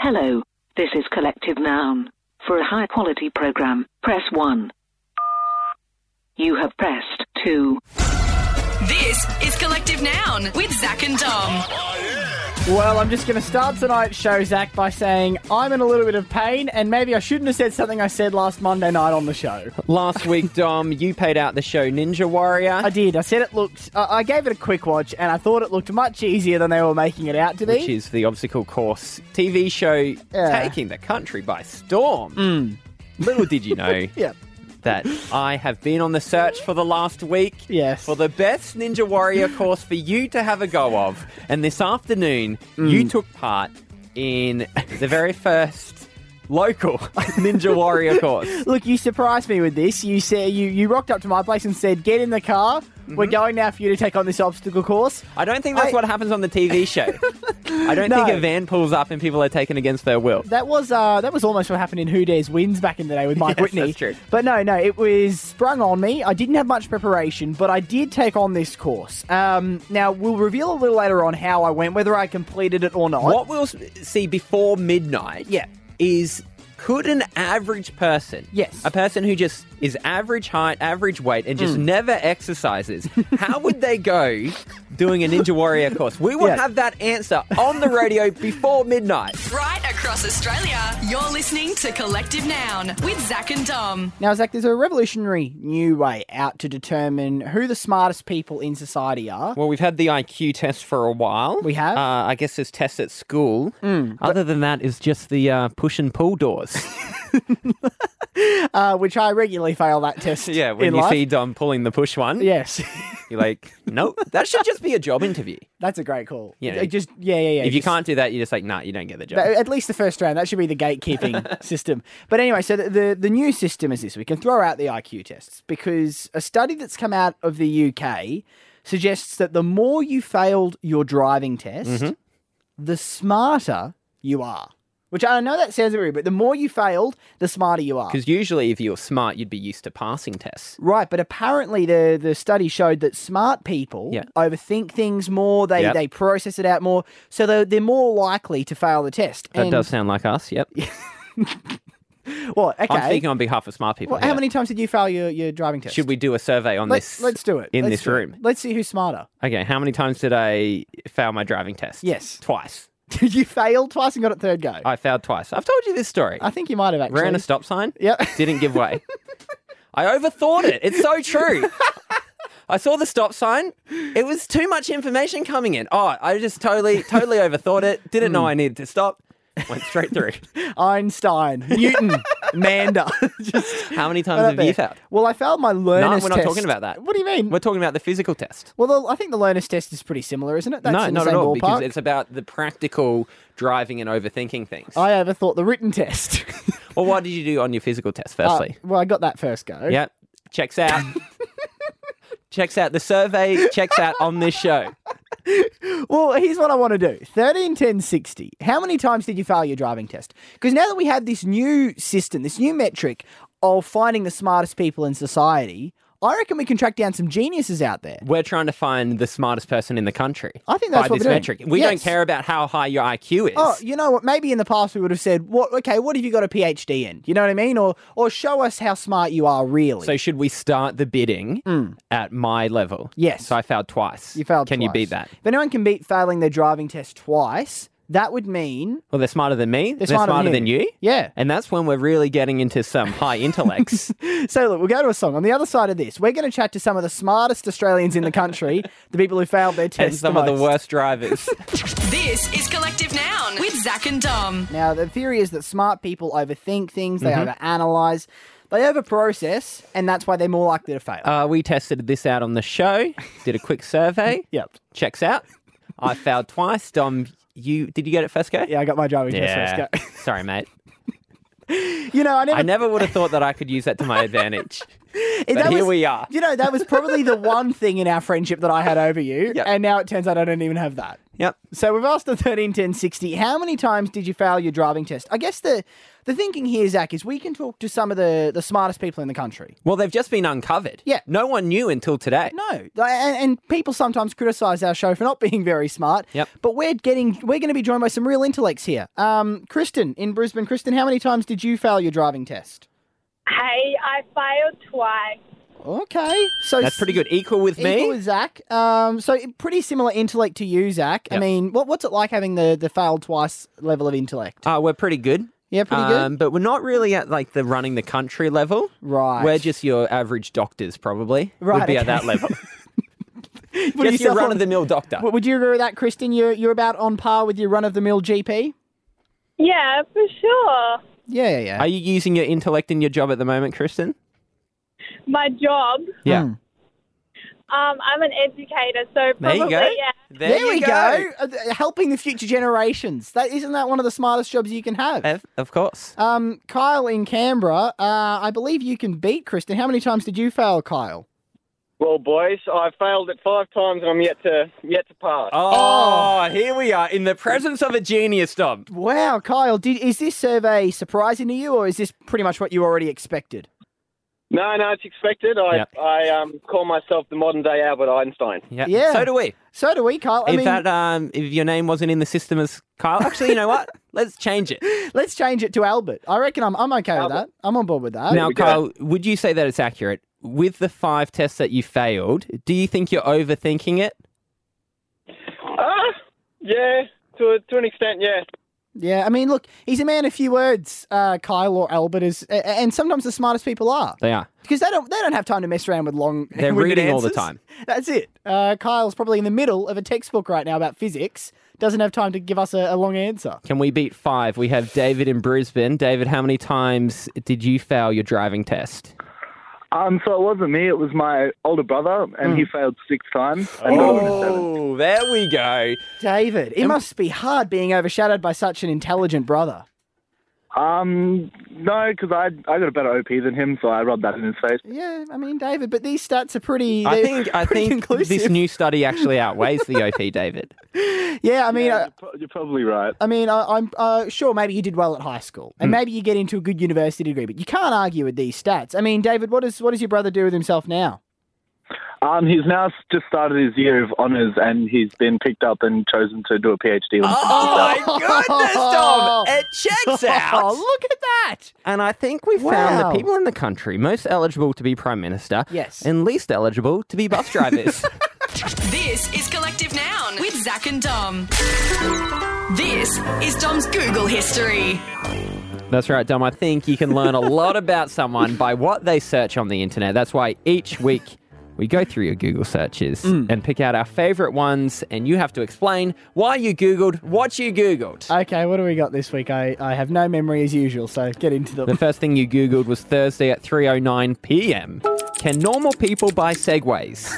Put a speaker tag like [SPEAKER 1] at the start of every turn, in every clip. [SPEAKER 1] Hello, this is Collective Noun. For a high quality program, press 1. You have pressed 2.
[SPEAKER 2] This is Collective Noun with Zach and Dom.
[SPEAKER 3] Well, I'm just going to start tonight's show, Zach, by saying I'm in a little bit of pain, and maybe I shouldn't have said something I said last Monday night on the show.
[SPEAKER 4] Last week, Dom, you paid out the show Ninja Warrior,
[SPEAKER 3] I did. I said it looked. I I gave it a quick watch, and I thought it looked much easier than they were making it out to be.
[SPEAKER 4] which is the obstacle course TV show
[SPEAKER 3] Yeah. Mm.
[SPEAKER 4] taking the country by storm. Little did you know
[SPEAKER 3] yeah.
[SPEAKER 4] that I have been on the search for the last week
[SPEAKER 3] Yes.
[SPEAKER 4] for the best Ninja Warrior course for you to have a go of. And this afternoon,
[SPEAKER 3] Mm.
[SPEAKER 4] you took part in the very first local Ninja Warrior course.
[SPEAKER 3] Look, you surprised me with this. You said you you rocked up to my place and said, "Get in the car. We're
[SPEAKER 4] Mm-hmm.
[SPEAKER 3] going now for you to take on this obstacle course."
[SPEAKER 4] I don't think that's
[SPEAKER 3] I-
[SPEAKER 4] what happens on the TV show. I don't
[SPEAKER 3] No.
[SPEAKER 4] think a van pulls up and people are taken against their will.
[SPEAKER 3] That was uh, that was almost what happened in Who Dares Wins back in the day with Mike
[SPEAKER 4] Yes,
[SPEAKER 3] Whitney.
[SPEAKER 4] that's true.
[SPEAKER 3] But no, no, it was sprung on me. I didn't have much preparation, but I did take on this course. Um, now we'll reveal a little later on how I went, whether I completed it or not.
[SPEAKER 4] What we'll s- see before midnight
[SPEAKER 3] Yeah.
[SPEAKER 4] is could an average person,
[SPEAKER 3] Yes.
[SPEAKER 4] a person who just is average height, average weight, and
[SPEAKER 3] Mm.
[SPEAKER 4] just never exercises, how would they go doing a Ninja Warrior course? We will
[SPEAKER 3] Yeah.
[SPEAKER 4] have that answer on the radio before midnight.
[SPEAKER 2] Right across Australia, you're listening to Collective Noun with Zach and Dom.
[SPEAKER 3] Now, Zach, there's a revolutionary new way out to determine who the smartest people in society are.
[SPEAKER 4] Well, we've had the IQ test for a while.
[SPEAKER 3] We have? Mm.
[SPEAKER 4] Uh, I guess there's tests at school. Other than that, it's just the uh, push and pull doors.
[SPEAKER 3] Uh, which I regularly fail that test.
[SPEAKER 4] yeah, when
[SPEAKER 3] in
[SPEAKER 4] you
[SPEAKER 3] life.
[SPEAKER 4] see Dom pulling the push one,
[SPEAKER 3] Yes,
[SPEAKER 4] you're like, nope, that should just be a job interview.
[SPEAKER 3] that's a great call.
[SPEAKER 4] Yeah.
[SPEAKER 3] It just yeah, yeah, yeah.
[SPEAKER 4] if you
[SPEAKER 3] just-
[SPEAKER 4] can't do that, you're just like, nah, you don't get the job.
[SPEAKER 3] But at least the first round. That should be the gatekeeping system. But anyway, so the, the, the new system is this we can throw out the IQ tests because a study that's come out of the UK suggests that the more you failed your driving test,
[SPEAKER 4] Mm-hmm.
[SPEAKER 3] the smarter you are. Which I know that sounds weird, but the more you failed, the smarter you are.
[SPEAKER 4] Because usually, if you're smart, you'd be used to passing tests.
[SPEAKER 3] Right, but apparently the the study showed that smart people
[SPEAKER 4] Yeah.
[SPEAKER 3] overthink things more. They
[SPEAKER 4] Yep.
[SPEAKER 3] they process it out more, so they're, they're more likely to fail the test.
[SPEAKER 4] That
[SPEAKER 3] And-
[SPEAKER 4] does sound like us. Yep.
[SPEAKER 3] what? Okay,
[SPEAKER 4] I'm speaking on behalf of smart people.
[SPEAKER 3] Well, how
[SPEAKER 4] here.
[SPEAKER 3] many times did you fail your, your driving test?
[SPEAKER 4] Should we do a survey on
[SPEAKER 3] Let,
[SPEAKER 4] this?
[SPEAKER 3] let's do it
[SPEAKER 4] in
[SPEAKER 3] Let's
[SPEAKER 4] this
[SPEAKER 3] do it.
[SPEAKER 4] room.
[SPEAKER 3] Let's see who's smarter.
[SPEAKER 4] Okay. How many times did I fail my driving test?
[SPEAKER 3] Yes.
[SPEAKER 4] Twice.
[SPEAKER 3] Did you fail twice and got it third go?
[SPEAKER 4] I failed twice. I've told you this story.
[SPEAKER 3] I think you might have Uh, actually.
[SPEAKER 4] Ran a stop sign.
[SPEAKER 3] Yep.
[SPEAKER 4] Didn't give way. I overthought it. It's so true. I saw the stop sign. It was too much information coming in. Oh, I just totally, totally overthought it. Didn't
[SPEAKER 3] Hmm.
[SPEAKER 4] know I needed to stop. Went straight through.
[SPEAKER 3] Einstein, Newton, Manda. Just
[SPEAKER 4] How many times
[SPEAKER 3] right up
[SPEAKER 4] have you
[SPEAKER 3] there.
[SPEAKER 4] failed?
[SPEAKER 3] Well, I failed my
[SPEAKER 4] No,
[SPEAKER 3] learner's
[SPEAKER 4] we're not
[SPEAKER 3] test.
[SPEAKER 4] talking about that.
[SPEAKER 3] What do you mean?
[SPEAKER 4] We're talking about the physical test.
[SPEAKER 3] Well, the, I think the learner's test is pretty similar, isn't it? That's
[SPEAKER 4] no,
[SPEAKER 3] in the
[SPEAKER 4] not
[SPEAKER 3] same
[SPEAKER 4] at all,
[SPEAKER 3] ballpark.
[SPEAKER 4] because it's about the practical driving and overthinking things.
[SPEAKER 3] I overthought the written test.
[SPEAKER 4] well, what did you do on your physical test,
[SPEAKER 3] Uh,
[SPEAKER 4] firstly?
[SPEAKER 3] well, I got that first go.
[SPEAKER 4] yep, checks out. checks out the survey, checks out on this show.
[SPEAKER 3] Well, here's what I want to do 13, 10, 60. How many times did you fail your driving test? Because now that we have this new system, this new metric of finding the smartest people in society, I reckon we can track down some geniuses out there.
[SPEAKER 4] We're trying to find the smartest person in the country.
[SPEAKER 3] I think that's
[SPEAKER 4] by
[SPEAKER 3] what
[SPEAKER 4] this
[SPEAKER 3] we're doing.
[SPEAKER 4] metric. We
[SPEAKER 3] Yes.
[SPEAKER 4] don't care about how high your IQ is.
[SPEAKER 3] Oh, you know what? Maybe in the past we would have said, "What? Okay, what have you got a PhD in?" You know what I mean? Or, or show us how smart you are really.
[SPEAKER 4] so should we start the bidding at my level?
[SPEAKER 3] Mm. Yes.
[SPEAKER 4] So I failed twice.
[SPEAKER 3] you failed.
[SPEAKER 4] Can you
[SPEAKER 3] twice.
[SPEAKER 4] beat that?
[SPEAKER 3] If anyone can beat failing their driving test twice, that would mean
[SPEAKER 4] Well, they're smarter than me. They're,
[SPEAKER 3] smarter than you.
[SPEAKER 4] than you.
[SPEAKER 3] Yeah.
[SPEAKER 4] And that's when we're really getting into some high intellects.
[SPEAKER 3] So look, we'll go to a song. On the other side of this, we're going to chat to some of the smartest Australians in the country, the people who failed their
[SPEAKER 4] and
[SPEAKER 3] tests.
[SPEAKER 4] some of the
[SPEAKER 3] most.
[SPEAKER 4] worst drivers.
[SPEAKER 2] This is Collective Noun with Zach and Dom.
[SPEAKER 3] Now, the theory is that smart people overthink things, they
[SPEAKER 4] Mm-hmm.
[SPEAKER 3] overanalyze, they overprocess, and that's why they're more likely to fail.
[SPEAKER 4] uh, we tested this out on the show, did a quick survey.
[SPEAKER 3] yep.
[SPEAKER 4] Checks out. I failed twice. Dom, you did you get it first go?
[SPEAKER 3] Yeah, I got my driving
[SPEAKER 4] Yeah.
[SPEAKER 3] test first
[SPEAKER 4] Sorry, mate.
[SPEAKER 3] go. you know, I never.
[SPEAKER 4] I never would have thought that I could use that to my advantage.
[SPEAKER 3] that
[SPEAKER 4] but here
[SPEAKER 3] was-
[SPEAKER 4] we are.
[SPEAKER 3] You know, that was probably the one thing in our friendship that I had over you,
[SPEAKER 4] Yep.
[SPEAKER 3] and now it turns out I don't even have that.
[SPEAKER 4] Yep.
[SPEAKER 3] So we've asked the 13, 10, 60, how many times did you fail your driving test? I guess the the thinking here, Zach, is we can talk to some of the, the smartest people in the country.
[SPEAKER 4] Well, they've just been uncovered.
[SPEAKER 3] Yeah.
[SPEAKER 4] No one knew until today.
[SPEAKER 3] No, like, and, and people sometimes criticise our show for not being very smart.
[SPEAKER 4] Yep.
[SPEAKER 3] But we're getting we're going to be joined by some real intellects here. Um, Kristen in Brisbane, Kristen, how many times did you fail your driving test?
[SPEAKER 5] Hey, I failed twice.
[SPEAKER 3] Okay, so
[SPEAKER 4] That's pretty good. Equal with me.
[SPEAKER 3] Equal with Zach. Um, so pretty similar intellect to you, Zach. I
[SPEAKER 4] Yep.
[SPEAKER 3] mean, what, what's it like having the the failed twice level of intellect?
[SPEAKER 4] Uh, we're pretty good.
[SPEAKER 3] Yeah, pretty good.
[SPEAKER 4] Um, but we're not really at like the running the country level.
[SPEAKER 3] Right.
[SPEAKER 4] We're just your average doctors, probably.
[SPEAKER 3] Right,
[SPEAKER 4] Would be
[SPEAKER 3] okay.
[SPEAKER 4] at that level.
[SPEAKER 3] Put
[SPEAKER 4] just your
[SPEAKER 3] yourself
[SPEAKER 4] run
[SPEAKER 3] on-
[SPEAKER 4] of the mill doctor.
[SPEAKER 3] Would you agree with that, Kristen? You're you're about on par with your run of the mill GP.
[SPEAKER 5] Yeah, for sure.
[SPEAKER 3] Yeah, yeah, yeah.
[SPEAKER 4] Are you using your intellect in your job at the moment, Kristen?
[SPEAKER 5] My job.
[SPEAKER 4] Yeah.
[SPEAKER 3] Mm.
[SPEAKER 5] Um, I'm an educator, so
[SPEAKER 4] There
[SPEAKER 5] probably
[SPEAKER 4] you go.
[SPEAKER 5] yeah.
[SPEAKER 4] There,
[SPEAKER 3] There,
[SPEAKER 4] you
[SPEAKER 3] we go. Uh, th- Helping the future generations. That isn't that one of the smartest jobs you can have.
[SPEAKER 4] Of- Of course.
[SPEAKER 3] Um, Kyle in Canberra. Uh, I believe you can beat Kristen. How many times did you fail, Kyle?
[SPEAKER 6] Well, boys, I failed it five times and I'm yet to yet to pass.
[SPEAKER 4] Oh, here we are in the presence of a genius, Dom.
[SPEAKER 3] Wow, Kyle. Did is this survey surprising to you, or is this pretty much what you already expected?
[SPEAKER 6] No, no, it's expected. I
[SPEAKER 4] Yep.
[SPEAKER 6] I um, call myself the modern day Albert Einstein.
[SPEAKER 3] Yeah.
[SPEAKER 4] So do we.
[SPEAKER 3] So do we, Kyle. I
[SPEAKER 4] if
[SPEAKER 3] mean,
[SPEAKER 4] that um, if your name wasn't in the system as Kyle, actually, you know what? Let's change it.
[SPEAKER 3] let's change it to Albert. I reckon I'm I'm okay with that. I'm on board with that.
[SPEAKER 4] now,
[SPEAKER 6] we go.
[SPEAKER 4] Kyle, would you say that it's accurate? With the five tests that you failed, do you think you're overthinking it?
[SPEAKER 6] Ah, yeah, to a, to an extent, yeah.
[SPEAKER 3] yeah. I mean, look, he's a man of few words, uh, Kyle or Albert is, a- a- and sometimes the smartest people are.
[SPEAKER 4] They are.
[SPEAKER 3] because they don't they don't have time to mess around with long.
[SPEAKER 4] They're
[SPEAKER 3] winded
[SPEAKER 4] reading all the
[SPEAKER 3] answers.
[SPEAKER 4] time.
[SPEAKER 3] That's it. Uh, Kyle's probably in the middle of a textbook right now about physics. Doesn't have time to give us a, a long answer.
[SPEAKER 4] Can we beat five? We have David in Brisbane. David, how many times did you fail your driving test?
[SPEAKER 7] Um, so it wasn't me. It was my older brother, and he failed six times. And got into seven.
[SPEAKER 4] Oh, there we go.
[SPEAKER 3] David, it must be hard being overshadowed by such an intelligent brother.
[SPEAKER 7] Um, no, because I I got a better OP than him, so I rubbed that in his face.
[SPEAKER 3] Yeah, I mean, David, but these stats are pretty.
[SPEAKER 4] I
[SPEAKER 3] they're
[SPEAKER 4] think I
[SPEAKER 3] pretty
[SPEAKER 4] think
[SPEAKER 3] conclusive.
[SPEAKER 4] this new study actually outweighs the OP, David.
[SPEAKER 3] Yeah, I mean, uh, I,
[SPEAKER 7] you're, pro- you're probably right.
[SPEAKER 3] I mean, I, I'm uh, sure maybe you did well at high school, and maybe you get into a good university degree, but you can't argue with these stats. I mean, David, what does what does your brother do with himself now?
[SPEAKER 7] Um, he's now s- just started his year of honors, and he's been picked up and chosen to do a PhD. When
[SPEAKER 4] Oh my goodness, Dom! It checks
[SPEAKER 3] Oh,
[SPEAKER 4] out.
[SPEAKER 3] look at that!
[SPEAKER 4] And I think we found
[SPEAKER 3] Wow.
[SPEAKER 4] the people in the country most eligible to be prime minister,
[SPEAKER 3] Yes.
[SPEAKER 4] and least eligible to be bus drivers.
[SPEAKER 2] This is Collective Noun with Zach and Dom. This is Dom's Google history.
[SPEAKER 4] That's right, Dom. I think you can learn a lot about someone by what they search on the internet. That's why each week we go through your Google searches
[SPEAKER 3] Mm.
[SPEAKER 4] and pick out our favorite ones, and you have to explain why you Googled what you Googled.
[SPEAKER 3] Okay, what do we got this week? I, I have no memory as usual, so get into
[SPEAKER 4] the
[SPEAKER 3] them.
[SPEAKER 4] first thing you Googled was Thursday at 3.09 p.m. Can normal people buy Segways?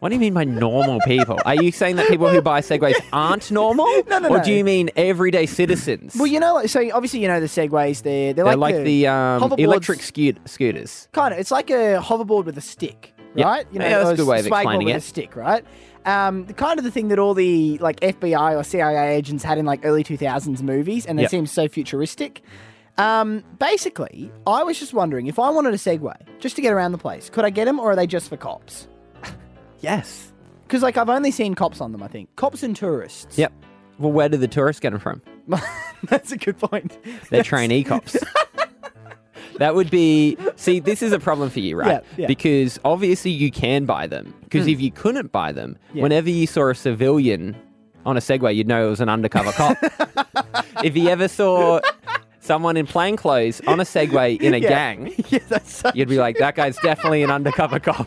[SPEAKER 4] What do you mean by normal people? Are you saying that people who buy Segways aren't normal?
[SPEAKER 3] No, no,
[SPEAKER 4] or
[SPEAKER 3] no.
[SPEAKER 4] do you mean everyday citizens?
[SPEAKER 3] well, you know, like- so obviously you know the segways. They're they're,
[SPEAKER 4] They're like, the, um,
[SPEAKER 3] hoverboards-
[SPEAKER 4] electric scoot- scooters.
[SPEAKER 3] kind of. It's like a hoverboard with a stick,
[SPEAKER 4] Yeah.
[SPEAKER 3] right?
[SPEAKER 4] Yeah, that's a good
[SPEAKER 3] or
[SPEAKER 4] way of
[SPEAKER 3] swag ball
[SPEAKER 4] explaining
[SPEAKER 3] with
[SPEAKER 4] it.
[SPEAKER 3] a stick, right? Um, the kind of the thing that all the like FBI or CIA agents had in like early two thousands movies, and they
[SPEAKER 4] Yep.
[SPEAKER 3] seem so futuristic. Um, basically, I was just wondering if I wanted a Segway just to get around the place, could I get them, or are they just for cops?
[SPEAKER 4] Yes.
[SPEAKER 3] Because like I've only seen cops on them. I think cops and tourists.
[SPEAKER 4] Yep. Well, where do the tourists get them from?
[SPEAKER 3] that's a good point.
[SPEAKER 4] They're trainee cops. that would be. See, this is a problem for you, right?
[SPEAKER 3] Yeah, yeah.
[SPEAKER 4] Because obviously you can buy them. Because if you couldn't buy them,
[SPEAKER 3] Yeah.
[SPEAKER 4] whenever you saw a civilian on a Segway, you'd know it was an undercover cop. if you ever saw someone in plain clothes on a Segway in a
[SPEAKER 3] Yeah.
[SPEAKER 4] gang,
[SPEAKER 3] yeah, that's so
[SPEAKER 4] you'd be like, that guy's definitely an undercover cop.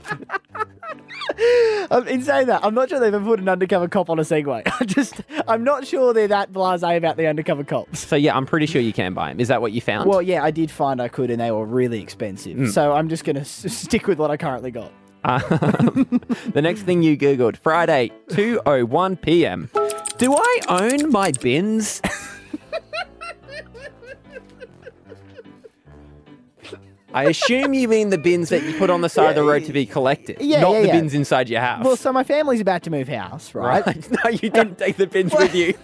[SPEAKER 3] Um, in saying that, I'm not sure they've ever put an undercover cop on a Segway. I just, I'm not sure they're that blasé about the undercover cops.
[SPEAKER 4] So yeah, I'm pretty sure you can buy them. Is that what you found?
[SPEAKER 3] Well, yeah, I did find I could, and they were really expensive.
[SPEAKER 4] Mm.
[SPEAKER 3] So I'm just going to s- stick with what I currently got.
[SPEAKER 4] Um, the next thing you googled Friday 2:01 p.m. Do I own my bins? I assume you mean the bins that you put on the side of the road to be collected,
[SPEAKER 3] Yeah,
[SPEAKER 4] not
[SPEAKER 3] yeah,
[SPEAKER 4] the
[SPEAKER 3] yeah.
[SPEAKER 4] bins inside your house.
[SPEAKER 3] Well, so my family's about to move house, right?
[SPEAKER 4] no, you don't take the bins with you.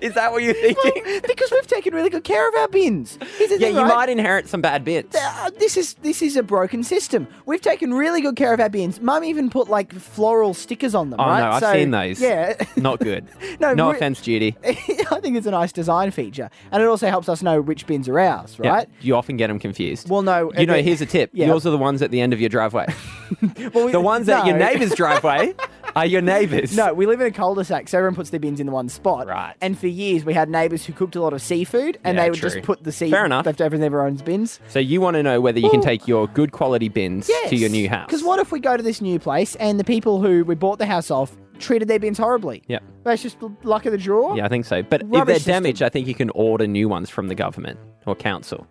[SPEAKER 4] Is that what you're thinking?
[SPEAKER 3] because we've taken really good care of our bins. Here's the
[SPEAKER 4] yeah,
[SPEAKER 3] thing,
[SPEAKER 4] you
[SPEAKER 3] right?
[SPEAKER 4] might inherit some bad bits.
[SPEAKER 3] Uh, this is this is a broken system. We've taken really good care of our bins. Mum even put like floral stickers on them.
[SPEAKER 4] Oh
[SPEAKER 3] right?
[SPEAKER 4] no, I've
[SPEAKER 3] So,
[SPEAKER 4] seen those.
[SPEAKER 3] Yeah,
[SPEAKER 4] not good.
[SPEAKER 3] No,
[SPEAKER 4] no
[SPEAKER 3] re-
[SPEAKER 4] offense, Judy.
[SPEAKER 3] I think it's a nice design feature, and it also helps us know which bins are ours,
[SPEAKER 4] Yeah,
[SPEAKER 3] right?
[SPEAKER 4] you often get them confused.
[SPEAKER 3] Well, no,
[SPEAKER 4] You
[SPEAKER 3] and
[SPEAKER 4] know,
[SPEAKER 3] then-
[SPEAKER 4] here's a tip.
[SPEAKER 3] Yeah.
[SPEAKER 4] Yours are the ones at the end of your driveway.
[SPEAKER 3] Well, we-
[SPEAKER 4] the ones at your
[SPEAKER 3] no.
[SPEAKER 4] neighbour's driveway are your neighbours.
[SPEAKER 3] No, we live in a cul-de-sac, so everyone puts their bins in the one spot.
[SPEAKER 4] Right.
[SPEAKER 3] And for years, we had neighbours who cooked a lot of seafood, and
[SPEAKER 4] Yeah,
[SPEAKER 3] they would
[SPEAKER 4] true.
[SPEAKER 3] just put the seafood
[SPEAKER 4] Fair enough.
[SPEAKER 3] leftovers in everyone's bins.
[SPEAKER 4] So you want to know whether you can
[SPEAKER 3] Well-
[SPEAKER 4] take your good quality bins to your new house.
[SPEAKER 3] Because what if we go to this new place and the people who we bought the house off treated their bins horribly?
[SPEAKER 4] Yeah.
[SPEAKER 3] That's just l- luck of the draw.
[SPEAKER 4] Yeah, I think so. But if
[SPEAKER 3] Rubbish
[SPEAKER 4] they're
[SPEAKER 3] system.
[SPEAKER 4] damaged, I think you can order new ones from the government or council.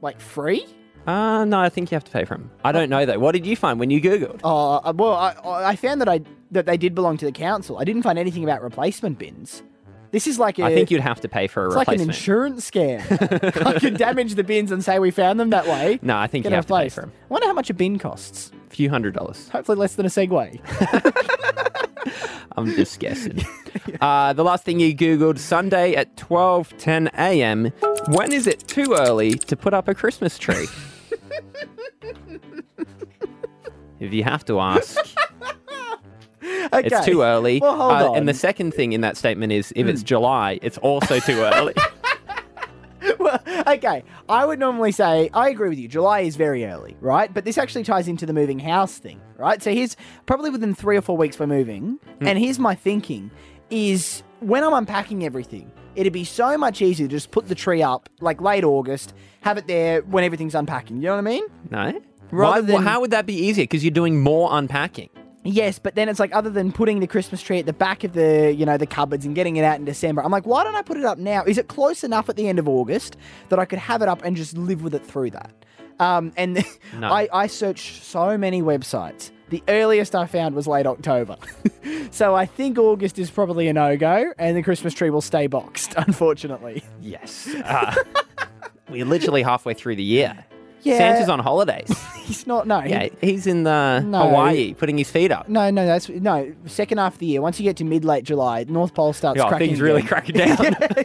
[SPEAKER 3] Like free?
[SPEAKER 4] Uh, no, I think you have to pay for them. I don't know though. What did you find when you Googled?
[SPEAKER 3] Oh, uh, well, I, I found that I that they did belong to the council. I didn't find anything about replacement bins. This is like a.
[SPEAKER 4] I think you'd have to pay for a
[SPEAKER 3] It's like an
[SPEAKER 4] replacement.
[SPEAKER 3] insurance scam. I could damage the bins and say we found them that way.
[SPEAKER 4] no, I think
[SPEAKER 3] Get
[SPEAKER 4] you have to pay
[SPEAKER 3] replaced.
[SPEAKER 4] for them.
[SPEAKER 3] I wonder how much a bin costs.
[SPEAKER 4] A few hundred dollars.
[SPEAKER 3] Hopefully less than a Segway.
[SPEAKER 4] I'm just guessing. uh, the last thing you Googled Sunday at 12:10 a.m. When is it too early to put up a Christmas tree? if you have to ask.
[SPEAKER 3] okay.
[SPEAKER 4] It's too early.
[SPEAKER 3] Well, hold
[SPEAKER 4] Uh,
[SPEAKER 3] on. Hmm.
[SPEAKER 4] And the second thing in that statement is if it's July, it's also too early.
[SPEAKER 3] well, okay. I would normally say I agree with you. July is very early, right? But this actually ties into the moving house thing, right? So here's probably within three or four weeks we're moving,
[SPEAKER 4] Hmm.
[SPEAKER 3] and here's my thinking: is when I'm unpacking everything, it'd be so much easier to just put the tree up like late August, have it there when everything's unpacking. You know what I mean?
[SPEAKER 4] no? Why,
[SPEAKER 3] Rather
[SPEAKER 4] wh-
[SPEAKER 3] than-
[SPEAKER 4] how would that be easier? Because you're doing more unpacking.
[SPEAKER 3] Yes, but then it's like other than putting the Christmas tree at the back of the, you know, the cupboards and getting it out in December, I'm like, why don't I put it up now? Is it close enough at the end of August that I could have it up and just live with it through that? Um, and
[SPEAKER 4] No.
[SPEAKER 3] I, I searched so many websites. The earliest I found was late October. so I think August is probably a no go, and the Christmas tree will stay boxed, unfortunately.
[SPEAKER 4] Yes. Uh, we're literally halfway through the year.
[SPEAKER 3] Yeah.
[SPEAKER 4] Santa's on holidays.
[SPEAKER 3] He's not, no. he-
[SPEAKER 4] yeah, he's in the
[SPEAKER 3] No.
[SPEAKER 4] Hawaii putting his feet up.
[SPEAKER 3] no, no, that's no. Second half of the year, once you get to mid late July, North Pole starts
[SPEAKER 4] Yeah,
[SPEAKER 3] cracking.
[SPEAKER 4] Oh, things really
[SPEAKER 3] again.
[SPEAKER 4] cracking down.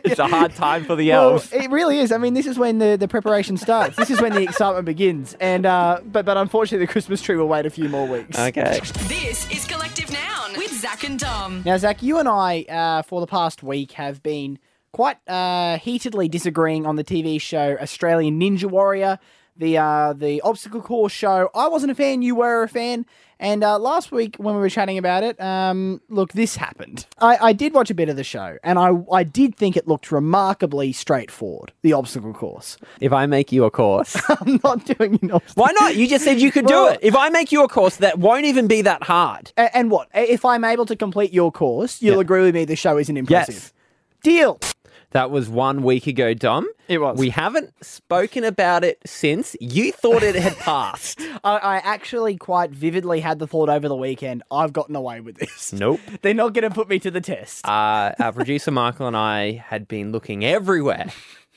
[SPEAKER 4] It's a hard time for the
[SPEAKER 3] Well,
[SPEAKER 4] elves.
[SPEAKER 3] it really is. I mean, this is when the, the preparation starts. this is when the excitement begins. And uh, but but unfortunately, the Christmas tree will wait a few more weeks.
[SPEAKER 4] okay.
[SPEAKER 2] This is Collective Noun with Zach and Dom.
[SPEAKER 3] Now, Zach, you and I uh, for the past week have been quite uh, heatedly disagreeing on the TV show Australian Ninja Warrior, the uh, the obstacle course show. I wasn't a fan. You were a fan. And uh, last week when we were chatting about it, um, look, this happened. I, I did watch a bit of the show, and I I did think it looked remarkably straightforward. The obstacle course.
[SPEAKER 4] If I make you a course.
[SPEAKER 3] I'm not doing an obstacle.
[SPEAKER 4] Why not? You just said you could do
[SPEAKER 3] Well-
[SPEAKER 4] it. If I make you a course that won't even be that hard.
[SPEAKER 3] A- And what? A- If I'm able to complete your course, you'll
[SPEAKER 4] Yeah.
[SPEAKER 3] agree with me the show isn't impressive.
[SPEAKER 4] Yes.
[SPEAKER 3] Deal.
[SPEAKER 4] That was one week ago, Dom.
[SPEAKER 3] It was.
[SPEAKER 4] We haven't spoken about it since. You thought it had passed.
[SPEAKER 3] I, I actually quite vividly had the thought over the weekend I've gotten away with this.
[SPEAKER 4] Nope.
[SPEAKER 3] They're not going to put me to the test.
[SPEAKER 4] Uh, our producer Michael and I had been looking everywhere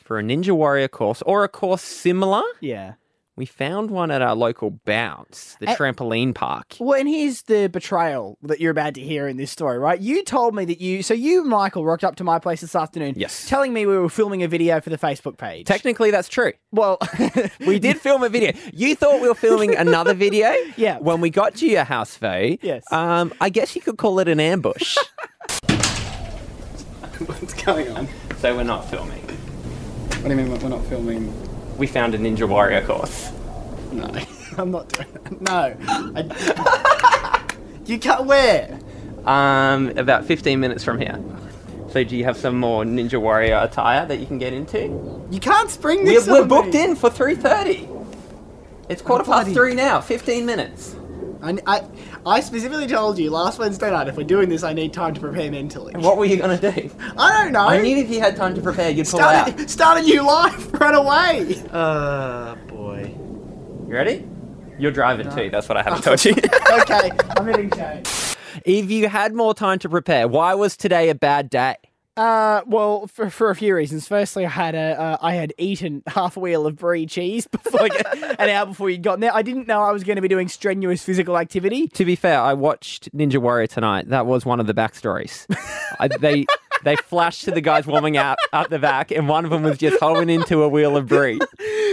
[SPEAKER 4] for a Ninja Warrior course or a course similar.
[SPEAKER 3] yeah.
[SPEAKER 4] We found one at our local bounce, the
[SPEAKER 3] Eh.
[SPEAKER 4] trampoline park.
[SPEAKER 3] Well, and here's the betrayal that you're about to hear in this story, right? You told me that you, so you, Michael, rocked up to my place this afternoon.
[SPEAKER 4] Yes.
[SPEAKER 3] Telling me we were filming a video for the Facebook page.
[SPEAKER 4] Technically, that's true.
[SPEAKER 3] well,
[SPEAKER 4] We did film a video. You thought we were filming another video.
[SPEAKER 3] Yeah.
[SPEAKER 4] When we got to your house, though.
[SPEAKER 3] Yes.
[SPEAKER 4] Um, I guess you could call it an ambush.
[SPEAKER 8] What's going on?
[SPEAKER 4] so we're not filming.
[SPEAKER 8] What do you mean we're not filming?
[SPEAKER 4] We found a Ninja Warrior course.
[SPEAKER 8] No.
[SPEAKER 3] I'm not doing that. No. I- you can't, where?
[SPEAKER 4] Um, about 15 minutes from here. So do you have some more Ninja Warrior attire that you can get into?
[SPEAKER 3] You can't spring
[SPEAKER 4] We're,
[SPEAKER 3] this
[SPEAKER 4] we're
[SPEAKER 3] on
[SPEAKER 4] booked
[SPEAKER 3] me.
[SPEAKER 4] in for 3.30. It's quarter past
[SPEAKER 3] bloody-
[SPEAKER 4] three now, 15 minutes.
[SPEAKER 3] I, I, I specifically told you last Wednesday night if we're doing this, I need time to prepare mentally.
[SPEAKER 4] What were you going to do?
[SPEAKER 3] I don't know.
[SPEAKER 4] I knew if you had time to prepare, you'd pull
[SPEAKER 3] start,
[SPEAKER 4] out.
[SPEAKER 3] a, start a new life, run away.
[SPEAKER 4] Uh, You ready? You're driving too, that's what I haven't told you.
[SPEAKER 3] okay, I'm hitting change.
[SPEAKER 4] if you had more time to prepare, why was today a bad day?
[SPEAKER 3] Uh, well, for, for a few reasons. Firstly, I had a uh, I had eaten half a wheel of brie cheese before an hour before you got there. I didn't know I was going to be doing strenuous physical activity.
[SPEAKER 4] To be fair, I watched Ninja Warrior tonight. That was one of the backstories. I, they they flashed to the guys warming up up the back, and one of them was just holding into a wheel of brie.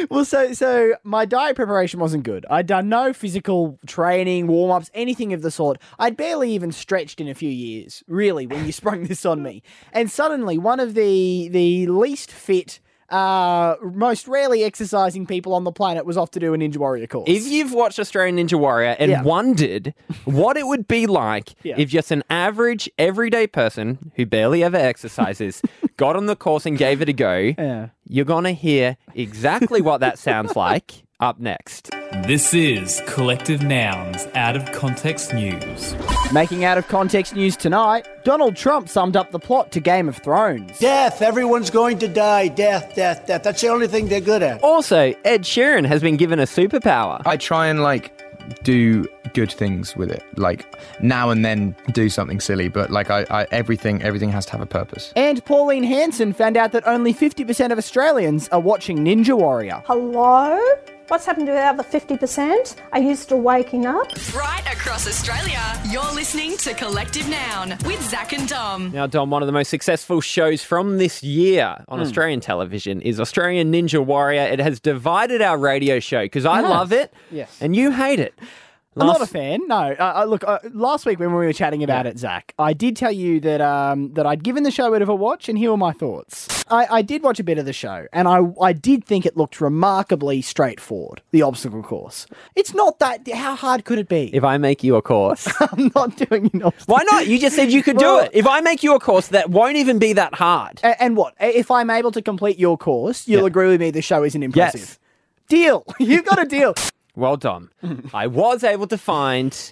[SPEAKER 3] Well, so so my diet preparation wasn't good. I'd done no physical training, warm ups, anything of the sort. I'd barely even stretched in a few years, really, when you sprung this on me. And suddenly, one of the the least fit, uh, most rarely exercising people on the planet was off to do a Ninja Warrior course.
[SPEAKER 4] If you've watched Australian Ninja Warrior and
[SPEAKER 3] Yeah.
[SPEAKER 4] wondered what it would be like
[SPEAKER 3] Yeah.
[SPEAKER 4] if just an average, everyday person who barely ever exercises got on the course and gave it a go,
[SPEAKER 3] Yeah.
[SPEAKER 4] you're going to hear exactly what that sounds like up next.
[SPEAKER 9] This is Collective Nouns Out of Context News.
[SPEAKER 3] Making out of context news tonight, Donald Trump summed up the plot to Game of Thrones.
[SPEAKER 10] Death. Everyone's going to die. Death, death, death. That's the only thing they're good at.
[SPEAKER 4] Also, Ed Sheeran has been given a superpower.
[SPEAKER 11] I try and like do good things with it. Like now and then do something silly, but like I, I everything everything has to have a purpose.
[SPEAKER 3] And Pauline Hanson found out that only 50% of Australians are watching Ninja Warrior.
[SPEAKER 12] Hello? What's happened to the other 50%? Are you still waking up?
[SPEAKER 2] Right across Australia, you're listening to Collective Noun with Zach and Dom.
[SPEAKER 4] Now, Dom, one of the most successful shows from this year on
[SPEAKER 2] Hmm.
[SPEAKER 4] Australian television is Australian Ninja Warrior. It has divided our radio show because I
[SPEAKER 3] It has.
[SPEAKER 4] love it
[SPEAKER 3] Yes.
[SPEAKER 4] and you hate it.
[SPEAKER 3] I'm not a
[SPEAKER 4] Last-
[SPEAKER 3] fan. No, uh, uh, look. Uh, last week when we were chatting about it, Zach, I did tell you that um, that I'd given the show a bit of a watch, and here were my thoughts. I, I did watch a bit of the show, and I I did think it looked remarkably straightforward. The obstacle course. It's not that. How hard could it be?
[SPEAKER 4] If I make you a course,
[SPEAKER 3] I'm not doing an obstacle.
[SPEAKER 4] Why not? You just said you could
[SPEAKER 3] Well-
[SPEAKER 4] do it. If I make you a course that won't even be that hard.
[SPEAKER 3] A- and what if I'm able to complete your course? You'll agree with me. The show isn't impressive.
[SPEAKER 4] Yes.
[SPEAKER 3] Deal. You've got a deal.
[SPEAKER 4] Well done. I was able to find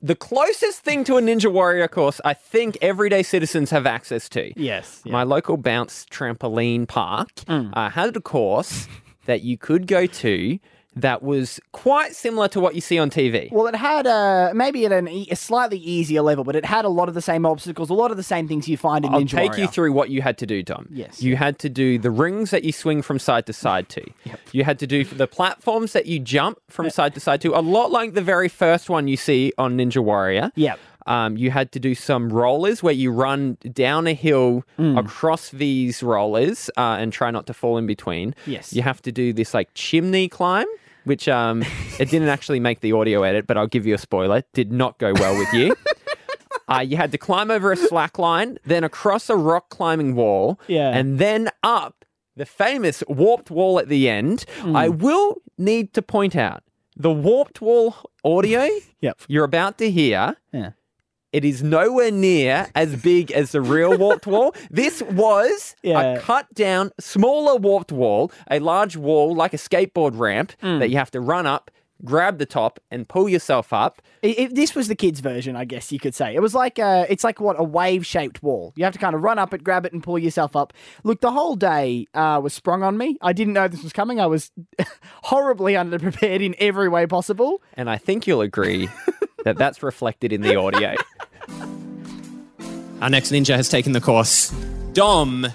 [SPEAKER 4] the closest thing to a Ninja Warrior course I think everyday citizens have access to.
[SPEAKER 3] Yes. Mm.
[SPEAKER 4] My local bounce trampoline park uh, had a course that you could go to that was quite similar to what you see on TV.
[SPEAKER 3] Well, it had uh, maybe at an e- a slightly easier level, but it had a lot of the same obstacles, a lot of the same things you find in
[SPEAKER 4] I'll
[SPEAKER 3] Ninja
[SPEAKER 4] take
[SPEAKER 3] Warrior.
[SPEAKER 4] you through what you had to do, Dom.
[SPEAKER 3] Yes.
[SPEAKER 4] You had to do the rings that you swing from side to side to. You had to do the platforms that you jump from side to side to, a lot like the very first one you see on Ninja Warrior.
[SPEAKER 3] Yep.
[SPEAKER 4] Um, you had to do some rollers where you run down a hill
[SPEAKER 3] Mm.
[SPEAKER 4] across these rollers uh, and try not to fall in between.
[SPEAKER 3] Yes.
[SPEAKER 4] You have to do this like chimney climb. Which um, it didn't actually make the audio edit, but I'll give you a spoiler. Did not go well with you. Uh, you had to climb over a slack line, then across a rock climbing wall,
[SPEAKER 3] Yeah.
[SPEAKER 4] and then up the famous warped wall at the end.
[SPEAKER 3] Hmm.
[SPEAKER 4] I will need to point out the warped wall audio
[SPEAKER 3] Yep.
[SPEAKER 4] you're about to hear.
[SPEAKER 3] Yeah.
[SPEAKER 4] It is nowhere near as big as the real warped wall. This was
[SPEAKER 3] Yeah.
[SPEAKER 4] a cut down, smaller warped wall, a large wall like a skateboard ramp
[SPEAKER 3] Hmm.
[SPEAKER 4] that you have to run up, grab the top, and pull yourself up.
[SPEAKER 3] I- If this was the kids' version, I guess you could say it was like a, it's like what a wave-shaped wall. You have to kind of run up it, grab it, and pull yourself up. Look, the whole day uh, was sprung on me. I didn't know this was coming. I was horribly underprepared in every way possible.
[SPEAKER 4] And I think you'll agree that that's reflected in the audio. Our next ninja has taken the course. Dom,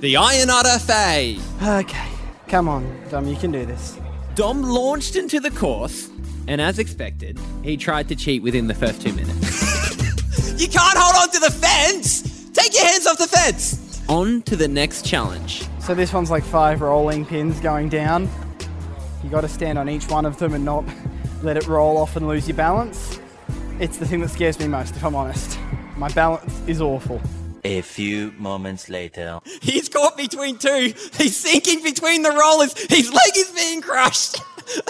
[SPEAKER 4] the Ionata Fae.
[SPEAKER 8] Okay, come on, Dom, you can do this.
[SPEAKER 4] Dom launched into the course, and as expected, he tried to cheat within the first two minutes. you can't hold on to the fence! Take your hands off the fence! On to the next challenge.
[SPEAKER 8] So this one's like five rolling pins going down. You got to stand on each one of them and not let it roll off and lose your balance. It's the thing that scares me most, if I'm honest. My balance is awful.
[SPEAKER 13] A few moments later.
[SPEAKER 4] He's caught between two. He's sinking between the rollers. His leg is being crushed.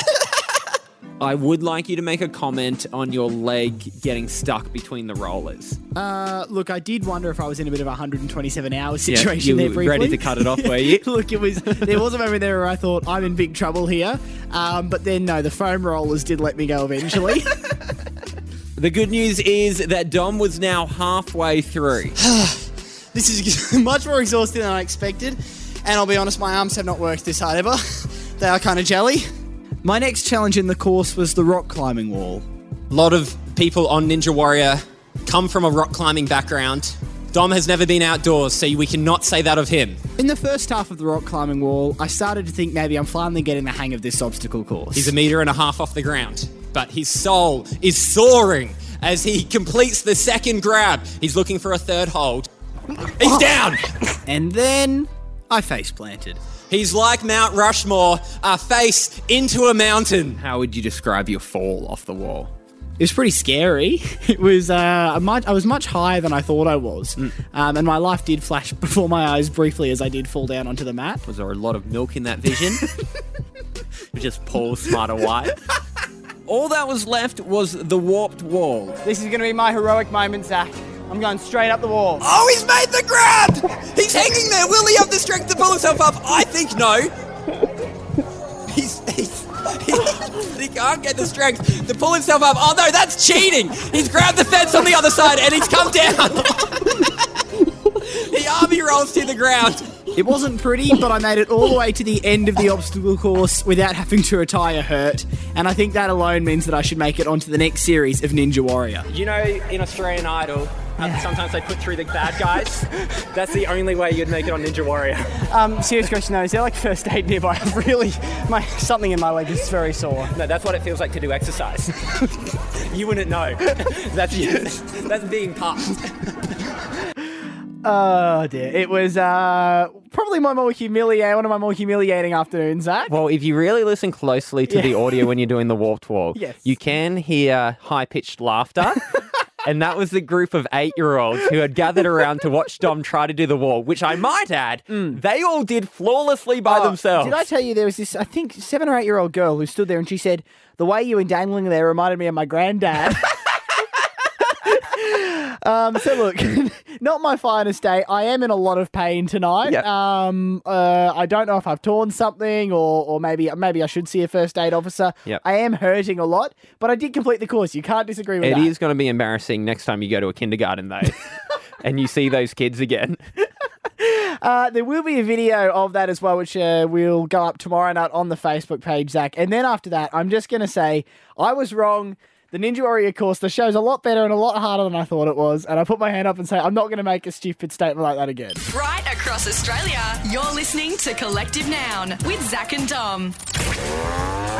[SPEAKER 4] I would like you to make a comment on your leg getting stuck between the rollers.
[SPEAKER 3] Uh, look, I did wonder if I was in a bit of a 127 hour
[SPEAKER 4] Yeah,
[SPEAKER 3] situation
[SPEAKER 4] you
[SPEAKER 3] there
[SPEAKER 4] were
[SPEAKER 3] briefly.
[SPEAKER 4] ready to cut it off, were you?
[SPEAKER 3] look, it was there was a moment there where I thought I'm in big trouble here, um, but then no, the foam rollers did let me go eventually.
[SPEAKER 4] The good news is that Dom was now halfway through.
[SPEAKER 8] This is much more exhausting than I expected, and I'll be honest, my arms have not worked this hard ever. they are kind of jelly.
[SPEAKER 3] My next challenge in the course was the rock climbing wall.
[SPEAKER 4] A lot of people on Ninja Warrior come from a rock climbing background.
[SPEAKER 14] Dom has never been outdoors, so we cannot say that of him.
[SPEAKER 3] In the first half of the rock climbing wall, I started to think maybe I'm finally getting the hang of this obstacle course.
[SPEAKER 14] He's a meter and a half off the ground, but his soul is soaring as he completes the second grab. He's looking for a third hold. He's down!
[SPEAKER 3] And then I face planted.
[SPEAKER 14] He's like Mount Rushmore, a face into a mountain.
[SPEAKER 15] How would you describe your fall off the wall?
[SPEAKER 3] It was pretty scary. It was uh, a much, I was much higher than I thought I was,
[SPEAKER 8] Mm.
[SPEAKER 3] um, and my life did flash before my eyes briefly as I did fall down onto the mat.
[SPEAKER 4] Was there a lot of milk in that vision? Just Paul Smarter White. All that was left was the warped wall.
[SPEAKER 8] This is going to be my heroic moment, Zach. I'm going straight up the wall.
[SPEAKER 14] Oh, he's made the grab! He's hanging there. Will he have the strength to pull himself up? I think no. He's, he's, he, he can't get the strength to pull himself up. Oh no, that's cheating! He's grabbed the fence on the other side and he's come down. he army rolls to the ground.
[SPEAKER 3] It wasn't pretty, but I made it all the way to the end of the obstacle course without having to retire hurt, and I think that alone means that I should make it onto the next series of Ninja Warrior.
[SPEAKER 16] You know, in Australian Idol, uh, sometimes they put through the bad guys. That's the only way you'd make it on Ninja Warrior.
[SPEAKER 8] Um, serious question though, is there like first aid nearby? I've really, my something in my leg is very sore.
[SPEAKER 16] No, that's what it feels like to do exercise. you wouldn't know. That's that's being pumped.
[SPEAKER 3] Oh dear, it was uh, probably my more humiliating, one of my more humiliating afternoons, Zach.
[SPEAKER 4] Well, if you really listen closely to the
[SPEAKER 3] Yeah.
[SPEAKER 4] audio when you're doing the warped wall,
[SPEAKER 3] Yes.
[SPEAKER 4] you can hear high pitched laughter. and that was the group of eight year olds who had gathered around to watch Dom try to do the wall, which I might add, they all did flawlessly by
[SPEAKER 3] Mm. Oh,
[SPEAKER 4] themselves.
[SPEAKER 3] Uh, Did I tell you there was this, I think, seven or eight year old girl who stood there and she said, The way you were dangling there reminded me of my granddad. um, so, look, not my finest day. I am in a lot of pain tonight. Um, uh, I don't know if I've torn something or, or maybe maybe I should see a first aid officer.
[SPEAKER 4] Yep.
[SPEAKER 3] I am hurting a lot, but I did complete the course. You can't disagree with
[SPEAKER 4] It
[SPEAKER 3] that.
[SPEAKER 4] is going to be embarrassing next time you go to a kindergarten, though, and you see those kids again.
[SPEAKER 3] Uh, there will be a video of that as well, which uh, will go up tomorrow night on the Facebook page, Zach. And then after that, I'm just going to say I was wrong. The Ninja Warrior course, the show's a lot better and a lot harder than I thought it was. And I put my hand up and say, I'm not going to make a stupid statement like that again.
[SPEAKER 2] Right across Australia, you're listening to Collective Noun with Zach and Dom.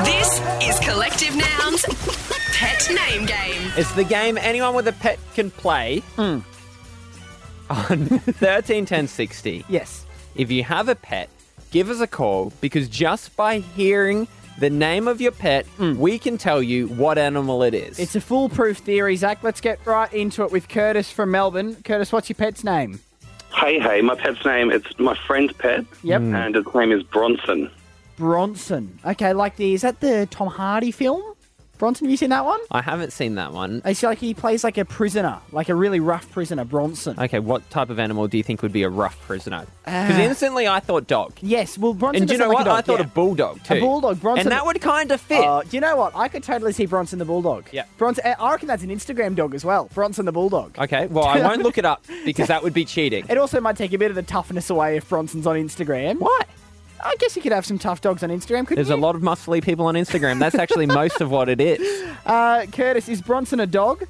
[SPEAKER 2] This is Collective Noun's Pet Name Game.
[SPEAKER 4] It's the game anyone with a pet can play
[SPEAKER 3] Hmm.
[SPEAKER 4] on 131060.
[SPEAKER 3] Yes.
[SPEAKER 4] If you have a pet, give us a call because just by hearing the name of your pet, we can tell you what animal it is.
[SPEAKER 3] Mm. It's a foolproof theory, Zach. Let's get right into it with Curtis from Melbourne. Curtis, what's your pet's name?
[SPEAKER 17] Hey, hey, my pet's name, it's my friend's pet.
[SPEAKER 3] Yep. Mm.
[SPEAKER 17] And his name is Bronson.
[SPEAKER 3] Bronson. Okay, like the, is that the Tom Hardy film? Bronson, have you seen that one?
[SPEAKER 4] I haven't seen that one.
[SPEAKER 3] It's like he plays like a prisoner, like a really rough prisoner, Bronson.
[SPEAKER 4] Okay, what type of animal do you think would be a rough prisoner? Because
[SPEAKER 3] Ah.
[SPEAKER 4] instantly I thought dog.
[SPEAKER 3] Yes, well, Bronson.
[SPEAKER 4] and do you know
[SPEAKER 3] doesn't like
[SPEAKER 4] what?
[SPEAKER 3] a dog,
[SPEAKER 4] I thought
[SPEAKER 3] yeah.
[SPEAKER 4] a bulldog too.
[SPEAKER 3] A bulldog, Bronson.
[SPEAKER 4] And that would kind of fit.
[SPEAKER 3] Uh, do you know what? I could totally see Bronson the bulldog. Yeah. Bronson. eh, I- I reckon that's an Instagram dog as well. Bronson the bulldog.
[SPEAKER 4] Okay, well, I won't look it up because that would be cheating.
[SPEAKER 3] It also might take a bit of the toughness away if Bronson's on Instagram.
[SPEAKER 4] What?
[SPEAKER 3] I guess you could have some tough dogs on Instagram, couldn't
[SPEAKER 4] There's a lot of muscly people on Instagram. That's actually most of what it is.
[SPEAKER 3] you? Uh, Curtis, is Bronson a dog?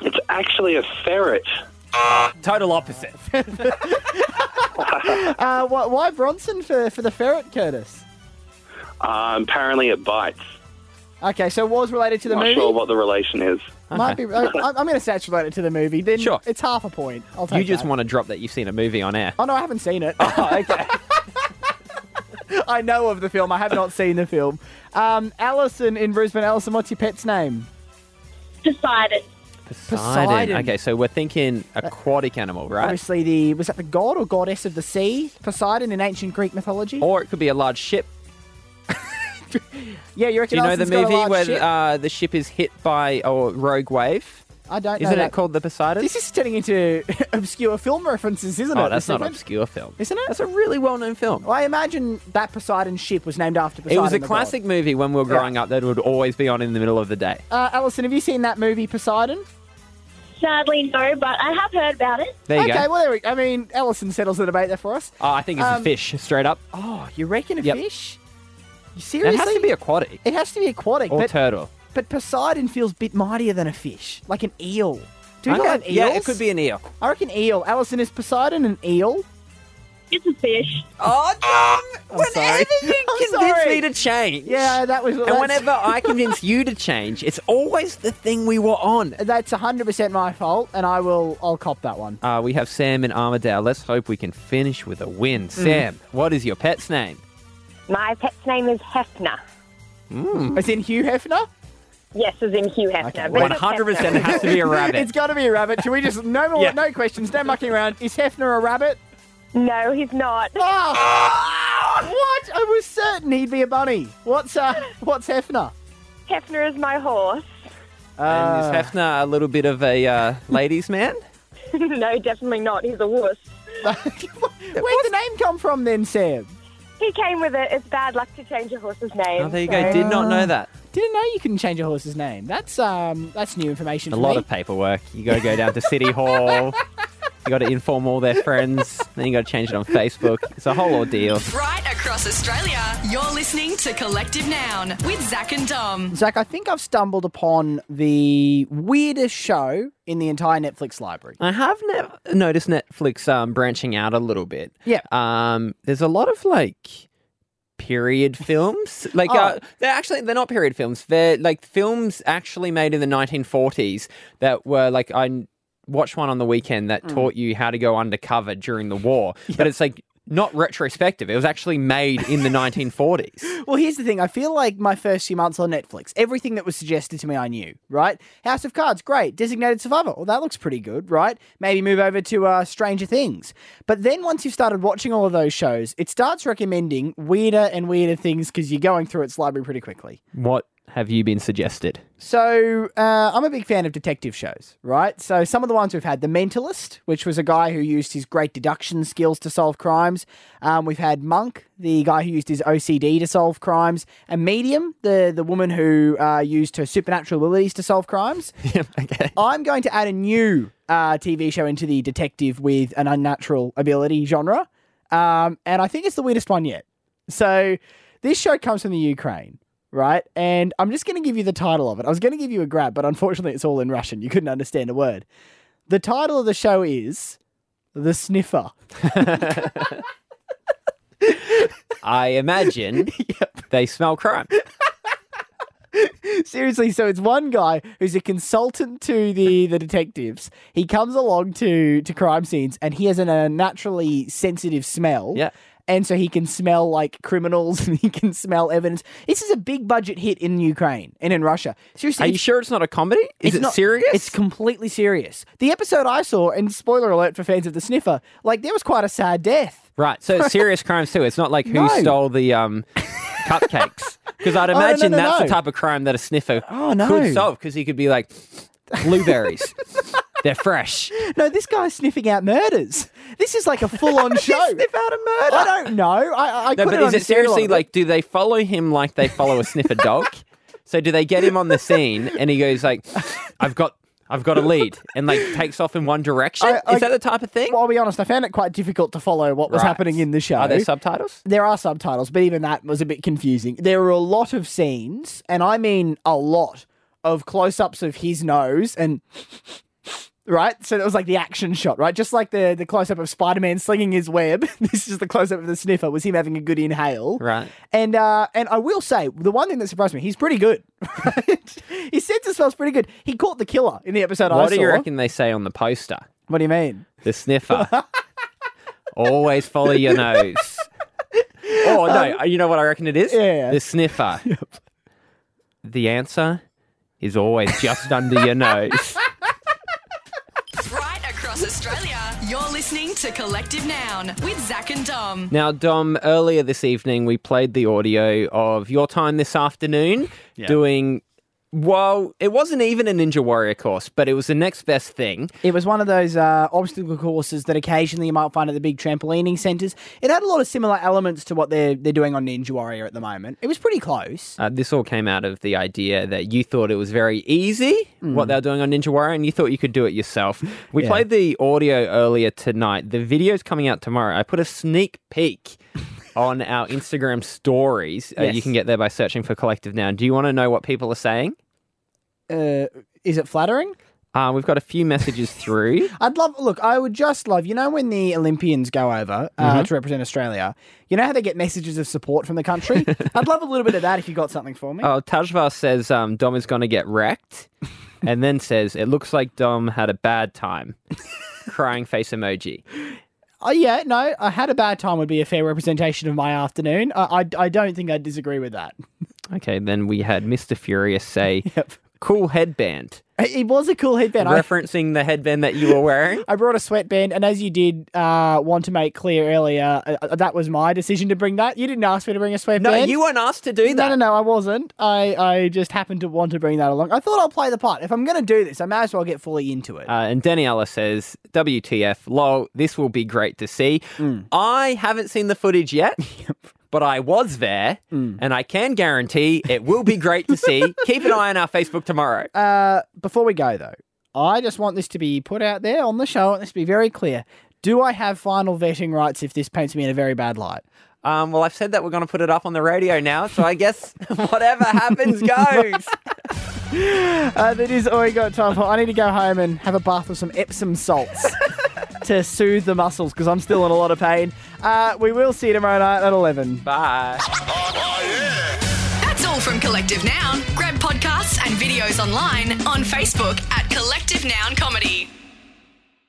[SPEAKER 17] It's actually a ferret.
[SPEAKER 4] Total opposite.
[SPEAKER 3] uh, why, why Bronson for, for the ferret, Curtis?
[SPEAKER 17] Uh, apparently, it bites.
[SPEAKER 3] Okay, so it was related to the
[SPEAKER 17] Not
[SPEAKER 3] movie.
[SPEAKER 17] sure what the relation is.
[SPEAKER 3] Might be. I, I'm going to saturated to the movie. Then sure. It's half a point. I'll take
[SPEAKER 4] You just
[SPEAKER 3] that.
[SPEAKER 4] want to drop that you've seen a movie on air.
[SPEAKER 3] Oh no, I haven't seen it. Oh, okay. I know of the film. I have not seen the film. Um, Allison in Brisbane. Allison, what's your pet's name?
[SPEAKER 5] Poseidon.
[SPEAKER 3] Poseidon. Uh,
[SPEAKER 4] Okay, so we're thinking aquatic animal, right?
[SPEAKER 3] Obviously, the was that the god or goddess of the sea, Poseidon in ancient Greek mythology.
[SPEAKER 4] Or it could be a large ship.
[SPEAKER 3] yeah, you
[SPEAKER 4] Do
[SPEAKER 3] reckon?
[SPEAKER 4] you know the
[SPEAKER 3] Allison's got a
[SPEAKER 4] movie
[SPEAKER 3] large
[SPEAKER 4] where
[SPEAKER 3] ship?
[SPEAKER 4] uh, the ship is hit by a rogue wave?
[SPEAKER 3] I don't know
[SPEAKER 4] Isn't
[SPEAKER 3] that.
[SPEAKER 4] it called the Poseidon?
[SPEAKER 3] This is turning into obscure film references, isn't
[SPEAKER 4] oh,
[SPEAKER 3] it?
[SPEAKER 4] that's
[SPEAKER 3] this
[SPEAKER 4] not an
[SPEAKER 3] segment?
[SPEAKER 4] obscure film.
[SPEAKER 3] Isn't it? That's a really well-known film. I imagine that Poseidon ship was named after Poseidon.
[SPEAKER 4] it was a
[SPEAKER 3] the god.
[SPEAKER 4] classic movie when we were growing up that would always be on in the middle of the day.
[SPEAKER 3] Uh, Alison, have you seen that movie Poseidon?
[SPEAKER 5] Sadly, no, but I have heard about it.
[SPEAKER 4] There you go.
[SPEAKER 3] okay, well, there we, I mean, Ellison settles the debate there for us.
[SPEAKER 4] Oh, I think it's
[SPEAKER 3] Um,
[SPEAKER 4] a fish, straight up.
[SPEAKER 3] Oh, you reckon a
[SPEAKER 4] Yep.
[SPEAKER 3] fish? You
[SPEAKER 4] it
[SPEAKER 3] seriously?
[SPEAKER 4] has to be aquatic
[SPEAKER 3] It has to be aquatic.
[SPEAKER 4] or
[SPEAKER 3] but,
[SPEAKER 4] turtle.
[SPEAKER 3] but Poseidon feels a bit mightier than a fish, like an eel. Do we
[SPEAKER 4] Okay.
[SPEAKER 3] not have eels?
[SPEAKER 4] Yeah, it could be an eel.
[SPEAKER 3] I reckon eel. Allison, is Poseidon an eel?
[SPEAKER 5] It's a fish.
[SPEAKER 4] Oh,
[SPEAKER 3] no! I'm sorry. I'm
[SPEAKER 4] Convince
[SPEAKER 3] sorry.
[SPEAKER 4] me to change.
[SPEAKER 3] Yeah, that was.
[SPEAKER 4] And
[SPEAKER 3] that's-
[SPEAKER 4] whenever I convince you to change, it's always the thing we were on.
[SPEAKER 3] That's 100% my fault, and I will. I'll cop that one.
[SPEAKER 4] Uh, we have Sam in Armadale. Let's hope we can finish with a win. Sam, what is your pet's name?
[SPEAKER 18] My pet's name is Hefner.
[SPEAKER 4] Mm.
[SPEAKER 3] As in Hugh Hefner?
[SPEAKER 18] Yes, as in Hugh Hefner. but it's
[SPEAKER 4] 100% has to be a rabbit.
[SPEAKER 3] it's got to be a rabbit. Should we just no more,
[SPEAKER 4] Yeah.
[SPEAKER 3] no questions, no mucking around? Is Hefner a rabbit?
[SPEAKER 18] No, he's not.
[SPEAKER 4] Ah!
[SPEAKER 3] what? I was certain he'd be a bunny. What's uh, what's Hefner?
[SPEAKER 18] Hefner is my horse.
[SPEAKER 4] and is Hefner a little bit of a uh, ladies' man?
[SPEAKER 18] no, definitely not. He's a wuss.
[SPEAKER 3] Where'd the name come from then, Sam?
[SPEAKER 18] He came with it. It's bad luck to change a horse's name.
[SPEAKER 4] Oh, there you go. Did not know that.
[SPEAKER 3] Didn't know you couldn't change a horse's name. That's um, that's new information.
[SPEAKER 4] A
[SPEAKER 3] for
[SPEAKER 4] lot
[SPEAKER 3] me.
[SPEAKER 4] of paperwork. You got to go down to City Hall. You got to inform all their friends. Then you got to change it on Facebook. It's a whole ordeal.
[SPEAKER 2] Right across Australia, you're listening to Collective Noun with Zach and Dom.
[SPEAKER 3] Zach, I think I've stumbled upon the weirdest show in the entire Netflix library.
[SPEAKER 4] I have never noticed Netflix um, branching out a little bit.
[SPEAKER 3] Yeah.
[SPEAKER 4] Um, there's a lot of like period films. Like
[SPEAKER 3] Oh.
[SPEAKER 4] uh, they're actually they're not period films. They're like films actually made in the 1940s that were like I n- watched one on the weekend that
[SPEAKER 3] Mm.
[SPEAKER 4] taught you how to go undercover during the war. But it's like not retrospective. It was actually made in the 1940s.
[SPEAKER 3] Well, here's the thing. I feel like my first few months on Netflix, everything that was suggested to me, I knew, right? House of Cards, great. Designated Survivor, well, that looks pretty good, right? Maybe move over to uh, Stranger Things. But then once you've started watching all of those shows, it starts recommending weirder and weirder things because you're going through its library pretty quickly.
[SPEAKER 4] What have you been suggested?
[SPEAKER 3] So uh, I'm a big fan of detective shows, right? So some of the ones we've had, The Mentalist, which was a guy who used his great deduction skills to solve crimes. Um, we've had Monk, the guy who used his OCD to solve crimes, and Medium, the the woman who uh, used her supernatural abilities to solve crimes. I'm going to add a new uh, TV show into the detective with an unnatural ability genre, um, and I think it's the weirdest one yet. So this show comes from the Ukraine, right? And I'm just going to give you the title of it. I was going to give you a grab, but unfortunately, it's all in Russian. You couldn't understand a word. The title of the show is "The Sniffer."
[SPEAKER 4] I imagine they smell crime.
[SPEAKER 3] Seriously, so it's one guy who's a consultant to the the detectives. He comes along to to crime scenes and he has an unnaturally sensitive smell. Yeah. And so he can smell like criminals and he can smell evidence. This is a big budget hit in Ukraine and in Russia. Seriously.
[SPEAKER 4] Are you
[SPEAKER 3] it's-
[SPEAKER 4] sure it's not a comedy? Is
[SPEAKER 3] it's
[SPEAKER 4] it
[SPEAKER 3] not-
[SPEAKER 4] serious?
[SPEAKER 3] It's completely serious. The episode I saw, and spoiler alert for fans of the Sniffer, like there was quite a sad death.
[SPEAKER 4] Right. So it's serious crimes too. It's not like who
[SPEAKER 3] No.
[SPEAKER 4] stole the um, cupcakes. Because I'd
[SPEAKER 3] Oh, no, no,
[SPEAKER 4] imagine
[SPEAKER 3] no,
[SPEAKER 4] that's
[SPEAKER 3] no.
[SPEAKER 4] the type of crime that a sniffer
[SPEAKER 3] Oh, no.
[SPEAKER 4] could solve. Because he could be like, blueberries. They're fresh.
[SPEAKER 3] No, this guy's sniffing out murders. This is like a full on show. Sniff out a murder. I don't know. I, I
[SPEAKER 4] No,
[SPEAKER 3] couldn't
[SPEAKER 4] but is it
[SPEAKER 3] understand a lot
[SPEAKER 4] seriously
[SPEAKER 3] of it.
[SPEAKER 4] like, do they follow him like they follow a sniffer dog? So do they get him on the scene and he goes like, I've got, I've got a lead, and like takes off in one direction? is that a type of thing?
[SPEAKER 3] Well, I'll be honest, I found it quite difficult to follow what was
[SPEAKER 4] Right.
[SPEAKER 3] happening in the show.
[SPEAKER 4] Are there subtitles?
[SPEAKER 3] There are subtitles, but even that was a bit confusing. There were a lot of scenes, and I mean a lot of close ups of his nose and. Right, so that was like the action shot, right? Just like the the close up of Spider Man slinging his web. This is the close up of the sniffer. Was him having a good inhale?
[SPEAKER 4] Right.
[SPEAKER 3] And uh, and I will say the one thing that surprised me, he's pretty good. Right? His sense of smell's pretty good. He caught the killer in the episode I
[SPEAKER 4] What
[SPEAKER 3] saw.
[SPEAKER 4] do you reckon they say on the poster?
[SPEAKER 3] What do you mean?
[SPEAKER 4] The sniffer. Always follow your nose. Oh no! you know what I reckon it is?
[SPEAKER 3] Um, yeah.
[SPEAKER 4] The sniffer. The answer is always just under your nose.
[SPEAKER 2] Right across Australia, you're listening to Collective Noun with Zach and Dom.
[SPEAKER 4] Now, Dom, earlier this evening we played the audio of your time this afternoon doing. Well, it wasn't even a Ninja Warrior course, but it was the next best thing.
[SPEAKER 3] It was one of those uh, obstacle courses that occasionally you might find at the big trampolining centres. It had a lot of similar elements to what they're they're doing on Ninja Warrior at the moment. It was pretty close.
[SPEAKER 4] Uh, this all came out of the idea that you thought it was very easy what they were doing on Ninja Warrior, and you thought you could do it yourself.
[SPEAKER 3] Mm.
[SPEAKER 4] We
[SPEAKER 3] Yeah.
[SPEAKER 4] played the audio earlier tonight. The video's coming out tomorrow. I put a sneak peek on our Instagram stories. Uh, you
[SPEAKER 3] Yes.
[SPEAKER 4] can get there by searching for Collective Noun. Do you want to know what people are saying?
[SPEAKER 3] Uh, is it flattering?
[SPEAKER 4] Uh, we've got a few messages through.
[SPEAKER 3] I'd love, look, I would just love, you know, when the Olympians go over uh,
[SPEAKER 4] Mhm.
[SPEAKER 3] to represent Australia, you know how they get messages of support from the country? I'd love a little bit of that if you got something for me.
[SPEAKER 4] Oh, Tajvar says um, Dom is going to get wrecked, and then says it looks like Dom had a bad time. Crying face emoji.
[SPEAKER 3] Oh, yeah, no, I had a bad time would be a fair representation of my afternoon. I, I, I don't think I disagree with that.
[SPEAKER 4] Okay, then we had Mr. Furious say, "Cool headband,"
[SPEAKER 3] It was a cool headband. I,
[SPEAKER 4] referencing the headband that you were wearing.
[SPEAKER 3] I brought a sweatband, and as you did uh, want to make clear earlier, uh, uh, that was my decision to bring that. You didn't ask me to bring a sweatband.
[SPEAKER 4] you weren't asked to do
[SPEAKER 3] that. No, no, no, I wasn't. I, I just happened to want to bring that along. I thought I'll play the part. If I'm going to do this, I may as well get fully into it.
[SPEAKER 4] Uh, and Daniela says, WTF, lol, this will be great to see.
[SPEAKER 3] Mm.
[SPEAKER 4] I haven't seen the footage yet, but I was there,
[SPEAKER 3] Mm.
[SPEAKER 4] and I can guarantee it will be great to see. Keep an eye on our Facebook tomorrow.
[SPEAKER 3] Uh, before we go, though, I just want this to be put out there on the show. I want this to be very clear. Do I have final vetting rights if this paints me in a very bad light?
[SPEAKER 4] Um, well, I've said that we're going to put it up on the radio now, so I guess whatever happens goes.
[SPEAKER 3] uh, that is all we got time for. I need to go home and have a bath with some Epsom salts to soothe the muscles because I'm still in a lot of pain. Uh, we will see you tomorrow night at 11.
[SPEAKER 4] Bye.
[SPEAKER 2] That's all from Collective Noun. Grab podcasts and videos online on Facebook at Collective Noun Comedy.